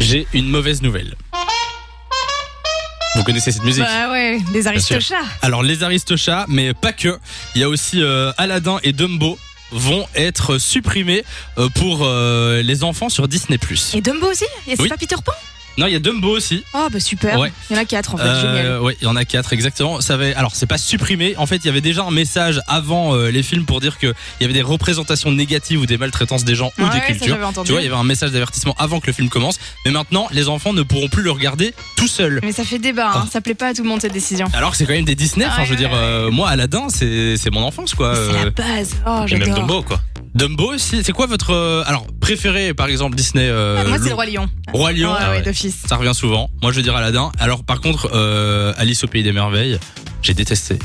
J'ai une mauvaise nouvelle. Vous connaissez cette musique Bah ouais, des sûr. aristochats. Alors les Aristochats, mais pas que. Il y a aussi euh, Aladdin et Dumbo vont être supprimés euh, pour euh, les enfants sur Disney+. Et Dumbo aussi Et c'est Oui. pas Peter Pan Non, il y a Dumbo aussi. Oh bah super. Ouais. Il y en a quatre en fait, génial. Euh, ouais, il y en a quatre exactement. Ça avait, alors c'est pas supprimé. En fait, il y avait déjà un message avant euh, les films pour dire que il y avait des représentations négatives ou des maltraitances des gens ou ouais, des ça cultures. j'avais entendu. Tu vois, il y avait un message d'avertissement avant que le film commence. Mais maintenant, les enfants ne pourront plus le regarder tout seuls. Mais ça fait débat, hein. Oh. ça plaît pas à tout le monde cette décision. Alors que c'est quand même des Disney. Enfin, Ouais, je veux dire, ouais, ouais. euh, moi, Aladdin, c'est c'est mon enfance, quoi. C'est Euh, la base. Oh Et même j'adore. Dumbo, quoi. Dumbo aussi. C'est quoi votre euh, alors préféré par exemple Disney euh, Ah, Moi c'est Lou- le roi lion. Roi Lion. ouais, Ah ouais, ouais. d'office. Ça revient souvent. Moi je veux dire Aladdin. Alors par contre euh, Alice au pays des merveilles, j'ai détesté.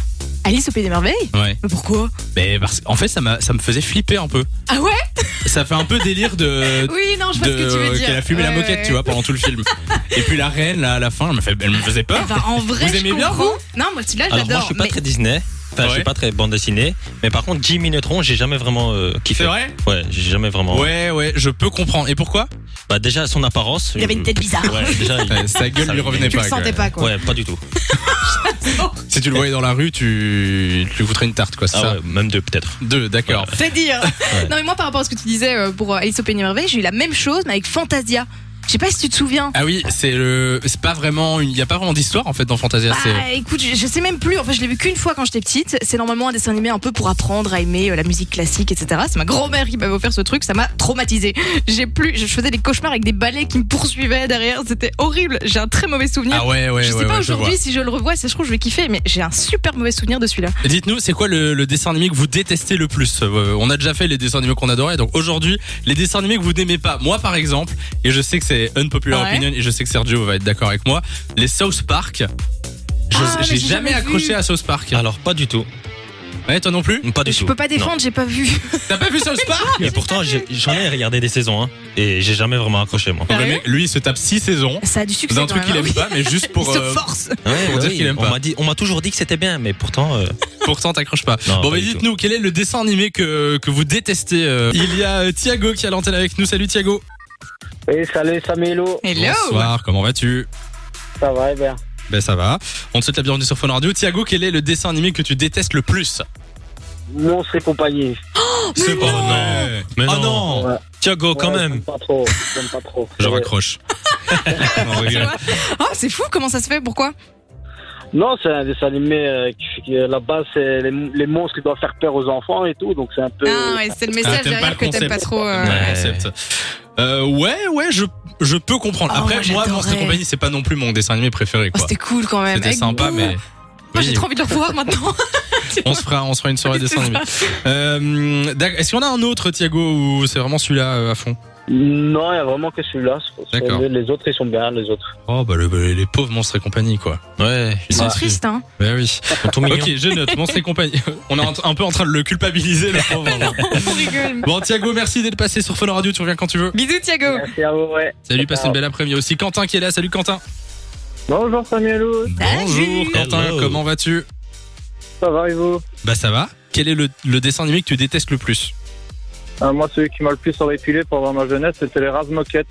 Alice au pays des merveilles Ouais. Mais pourquoi Mais parce en fait ça m'a ça me faisait flipper un peu. Ah ouais Ça fait un peu délire de Oui, non, je vois de ce que tu veux dire. qu'elle a fumé la Ouais, moquette, ouais. tu vois, pendant tout le film. Et puis la reine là à la fin, elle me fait- elle me faisait Eh peur. ben, en vrai, Vous aimez je bien, comprends. Non, moi celui-là, je Alors, moi, l'adore. je suis pas Ah, mais- très Disney. Enfin, je Ouais. suis pas très bande dessinée. Mais par contre, Jimmy Neutron, j'ai jamais vraiment euh, kiffé. C'est vrai Ouais, j'ai jamais vraiment. Ouais ouais, je peux comprendre. Et pourquoi Bah, déjà, son apparence. euh, Il avait une tête bizarre. Ouais, déjà, il- Ouais, Sa gueule Ça lui me- revenait Tu pas. le quoi. sentais pas quoi. Ouais, pas du tout. Si tu le voyais dans la rue, tu tu lui foutrais une tarte quoi, c'est Ah ça ouais, même deux, peut-être. Deux, d'accord. C'est dire. Non mais moi par rapport à ce que tu disais euh, pour euh, Alice au pays des merveilles, j'ai eu la même chose mais avec Fantasia. Je sais pas si tu te souviens. Ah oui, c'est le, c'est pas vraiment, il n'y a pas vraiment d'histoire en fait dans Fantasia. c'est Bah écoute, je, je sais même plus. En fait, je l'ai vu qu'une fois quand j'étais petite. C'est normalement un dessin animé un peu pour apprendre à aimer euh, la musique classique, etc. C'est ma grand-mère qui m'avait offert ce truc. Ça m'a traumatisée. J'ai plus. Je faisais des cauchemars avec des balais qui me poursuivaient derrière. C'était horrible. J'ai un très mauvais souvenir. ah ouais, ouais, je sais ouais, pas ouais, je vois. aujourd'hui si je le revois, ça se trouve je vais kiffer, mais j'ai un super mauvais souvenir de celui-là. Dites-nous, c'est quoi le, le dessin animé que vous détestez le plus Euh, On a déjà fait les dessins animés qu'on adorait, donc aujourd'hui, les dessins animés que vous n'aimez pas. Moi, par exemple, et je sais que c'est unpopular Ouais. opinion, et je sais que Sergio va être d'accord avec moi, les South Park. Je- Ah, mais J'ai j'ai jamais jamais accroché vu. à South Park. Alors, pas du tout. Ouais, toi non plus Pas du je tout. peux pas défendre, j'ai pas vu. T'as pas vu South Park Non. Et pourtant, j'ai- j'en ai regardé des saisons, hein. Et j'ai jamais vraiment accroché, moi. Donc, le Sérieux mec, Lui, il se tape 6 saisons Ça a du succès. d'un quand truc qu'il même, hein. aime pas, mais juste pour. Il se euh, force. Ouais, Pour dire qu'il aime on pas. m'a dit, on m'a toujours dit que c'était bien, mais pourtant, euh, Pourtant, t'accroches pas. Non, bon, pas mais du tout. dites-nous, quel est le dessin animé que, que vous détestez euh, Il y a euh, Thiago qui a l'antenne avec nous. Salut Thiago. Oui, Eh, salut Samélo, Hello. Bonsoir, comment vas-tu ça va, eh bien. Ben ça va. On te souhaite la bienvenue sur Fun Radio. Thiago, quel est le dessin animé que tu détestes le plus Monstre et compagnie. C'est non. vrai. mais Oh non, Ouais. Thiago, quand Ouais, même. J'aime pas trop, j'aime pas trop. Je Ouais. raccroche. On Tu rigole. vois Ah, c'est fou, comment ça se fait Pourquoi Non, c'est un dessin animé euh, qui, qui, euh, la base, c'est les, les monstres qui doivent faire peur aux enfants et tout, donc c'est un peu. Ah ouais, c'est le Ah, message t'aimes pas le derrière que t'aimes concept. pas trop. euh, Ouais, Ouais. concept. Euh, ouais, ouais, je, je peux comprendre. Oh, Après, moi, moi, j'adorais. Monstre et compagnie, c'est pas non plus mon dessin animé préféré, oh, quoi. C'était cool quand même. C'était Avec sympa, Boo. mais. Moi j'ai Oui, trop envie de le revoir maintenant. Tu on vois, se fera, on se fera une soirée c'est dessin animé. ça. Euh, d'ac- Est-ce qu'on a un autre, Thiago, ou c'est vraiment celui-là euh, à fond Non, il y a vraiment que celui-là. c'est- D'accord. Les, les autres, ils sont bien, les autres. Oh bah le- les pauvres monstres et compagnie quoi. Ouais, Ils sont Ouais. tristes, hein. Bah oui. tout mignon. Ok, je note monstres et compagnie. On est un- un peu en train de le culpabiliser le pauvre. On rigole. Bon Thiago, merci d'être passé sur Fun Radio. Tu reviens quand tu veux. Bisous, Oh. Thiago. Merci à vous, ouais. Salut, passe une belle après-midi. Il y a aussi Quentin qui est là. Salut Quentin. Bonjour Samélo, Salut. Bonjour Quentin. Hello. Comment vas-tu ça va et vous Bah ça va. Quel est le, le dessin animé que tu détestes le plus Euh, Moi, celui qui m'a le plus horripilé pendant ma jeunesse, c'était les Raves Moquettes.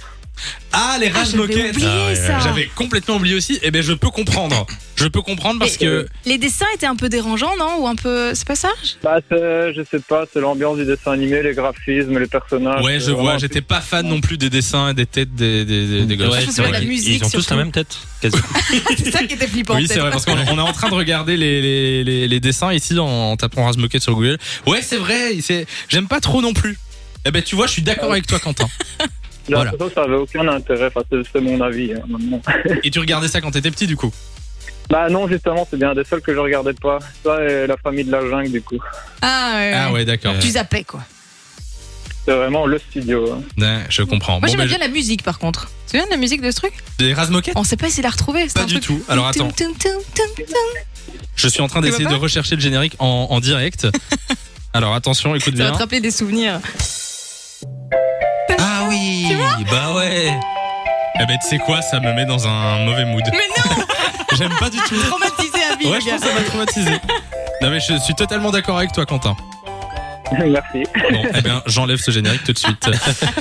Ah les Ah, rages j'avais moquettes. oublié Ah, ouais, ça. J'avais complètement oublié aussi. Eh ben je peux comprendre. Je peux comprendre parce que Et- euh, Les dessins étaient un peu dérangeants, non Ou un peu. C'est pas ça Bah, c'est- je sais pas, c'est l'ambiance du dessin animé, les graphismes, les personnages. ah, ouais c'est je vois. vraiment- J'étais pas fan non plus des dessins, et des têtes des des, des, des gosses. Je me souviens de la ils- musique, Ils ont tous surtout. la même tête. quasi. C'est ça qui était flippant. Oui, c'est peut-être. vrai, parce qu'on on est en train de regarder les, les, les, les dessins ici en, en tapant Razmoket sur Google. Ouais, c'est vrai, c'est- j'aime pas trop non plus. Eh ben, tu vois, je suis d'accord avec toi, Quentin. J'ai Voilà. l'impression que ça avait aucun intérêt, enfin, c'est c'est mon avis hein, maintenant. Et tu regardais ça quand t'étais petit, du coup. Bah non, justement, c'est bien des seuls que je regardais pas. Ça et la famille de la jungle, du coup. Ah ouais. Ah ouais, d'accord. Tu zappais, quoi. C'est vraiment le studio. hein. Ouais, je comprends. Bon, Moi, j'aimais ben, bien la musique, par contre. Tu te souviens de la musique de ce truc je- des Razmoket On sait pas si la retrouver. Pas du tout. Alors attends, je suis en train Tu vois d'essayer de pas rechercher le générique en, en direct. Alors attention, écoute Ça va bien. te rappeler des souvenirs. Ah oui, bah ouais. Eh ben, tu sais quoi, ça me met dans un mauvais mood. Mais non J'aime pas du tout. Traumatisé à vie, Ouais, le je gars. pense que ça m'a traumatisé. Non, mais je suis totalement d'accord avec toi, Quentin. Merci. Bon, eh bien, j'enlève ce générique tout de suite.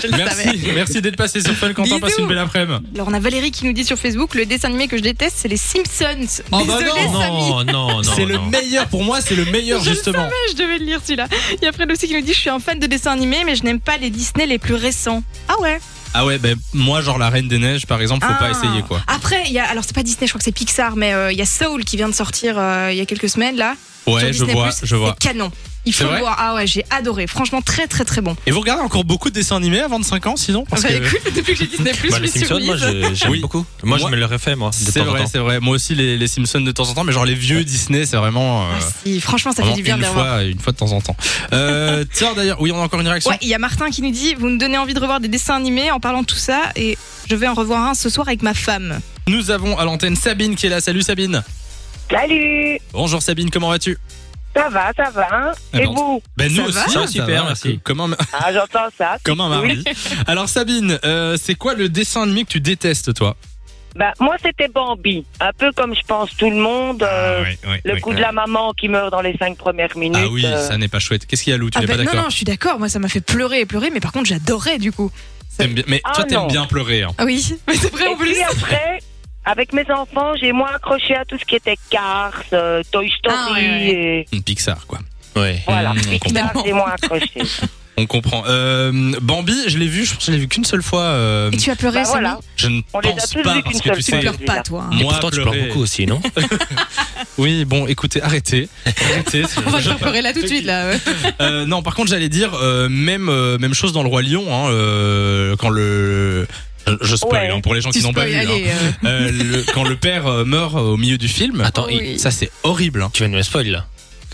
Je le savais. merci, merci d'être passé sur Fun Quentin. Bisous. Passe une belle après-midi. Alors on a Valérie qui nous dit sur Facebook le dessin animé que je déteste c'est les Simpsons. Oh, bah Désolée, non, Samy. Non, non, non. C'est le non. meilleur pour moi, c'est le meilleur Je le justement. Je devais le lire celui-là. Il y a Fred aussi qui nous dit je suis un fan de dessins animés mais je n'aime pas les Disney les plus récents. Ah ouais. Ah ouais, ben moi genre la Reine des Neiges par exemple, faut Ah. pas essayer quoi. Après il y a alors c'est pas Disney je crois que c'est Pixar mais euh, il y a Soul qui vient de sortir euh, il y a quelques semaines là. sur Ouais, je Disney+, vois, je vois. C'est canon. Il C'est faut le vrai voir. Ah ouais j'ai adoré. Franchement très très très bon. Et vous regardez encore beaucoup de dessins animés avant de 5 ans sinon Parce Bah, que- écoute, depuis que j'ai Disney Plus Bah, je les me suis Simpsons, moi, remise. je- j'aime Oui. beaucoup. Moi, je Moi- me le refais, moi, de C'est temps en vrai, temps. c'est vrai. Moi aussi, les, les Simpsons de temps en temps, mais genre les vieux Disney, c'est vraiment. euh, Ah, si, franchement ça fait vraiment du bien de une les revoir. fois, une fois de temps en temps. Euh, tiens d'ailleurs, oui, on a encore une réaction. Ouais, il y a Martin qui nous dit Vous me donnez envie de revoir des dessins animés en parlant de tout ça, et je vais en revoir un ce soir avec ma femme. Nous avons à l'antenne Sabine qui est là. Salut Sabine. Salut, Bonjour Sabine, comment vas-tu ça va, ça va. Ah Et bon. vous Ben nous Ça va aussi, Ça va, super, merci. merci. Comment Ah, j'entends ça. Comme un mari. Alors Sabine, euh, c'est quoi le dessin animé que tu détestes toi Bah, moi, c'était Bambi. Un peu comme je pense tout le monde. Ah, euh, le coup de la maman qui meurt dans les cinq premières minutes. Ah oui, euh, ah ben, ça n'est pas chouette. Qu'est-ce qu'il y a Lou Tu n'es pas Ah ben, non, d'accord non, je suis d'accord, moi ça m'a fait pleurer et pleurer, mais par contre j'adorais du coup. T'aimes bien- Mais Ah toi t'aimes non. bien pleurer. hein. Ah oui, mais c'est vrai Et en plus. puis euh, après, avec mes enfants, j'ai moins accroché à tout ce qui était Cars, euh, Toy Story. Ah, ouais, ouais. Et... Pixar quoi. Ouais. Voilà, Mmh, on Pixar, comprend. j'ai moins accroché. On comprend. Euh, Bambi, je l'ai vu. Je pense que je l'ai vu qu'une seule fois. euh, Et tu as pleuré, Bah, Samy voilà. Je ne On les a pense tous pas vus parce qu'une que tu seule Tu sais. fois. pleures Celui-là. pas toi. hein. Et Moi, pourtant, tu pleurer. pleures beaucoup aussi, non Oui, bon, écoutez, arrêtez. arrêtez c'est- On va te je- faire pleurer là tout de suite là. ouais. Euh, non, par contre, j'allais dire euh, même euh, même chose dans le roi lion. Hein, euh, quand le je- je spoil Ouais. hein, pour les gens Tu qui n'ont pas spoil, vu. hein. allez, euh, Euh, le- quand le père euh, meurt au milieu du film, Attends, Oh il- oui. ça c'est horrible. hein. tu vas nous la spoil, là.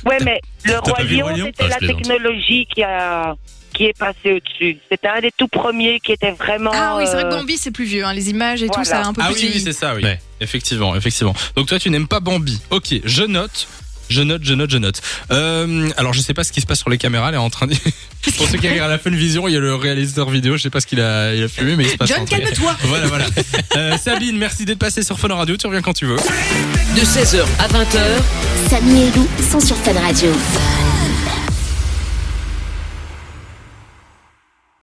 ouais, mais le t'as Roi pas vu le Roi Lion Lion, c'était Ah, je la plaisante. technologie qui a qui est passée au-dessus. C'était un des tout premiers qui était vraiment. Ah oui, c'est vrai que euh, Bambi c'est plus vieux, hein, les images et tout, Voilà. ça a un peu Ah plus oui, oui, vieilli. c'est ça, oui. Ouais. Effectivement, effectivement. Donc toi, tu n'aimes pas Bambi. Ok, je note. Je note, je note, je note. Euh, alors, je sais pas ce qui se passe sur les caméras. Elle est en train de. Pour ceux qui regardent la Fun Vision, il y a le réalisateur vidéo. Je sais pas ce qu'il a, il a fumé, mais il se passe un John, truc. calme-toi. Voilà, voilà. Euh, Sabine, merci d'être passée sur Fun Radio. Tu reviens quand tu veux. De 16h à 20h, Samy et Lou sont sur Fan Radio.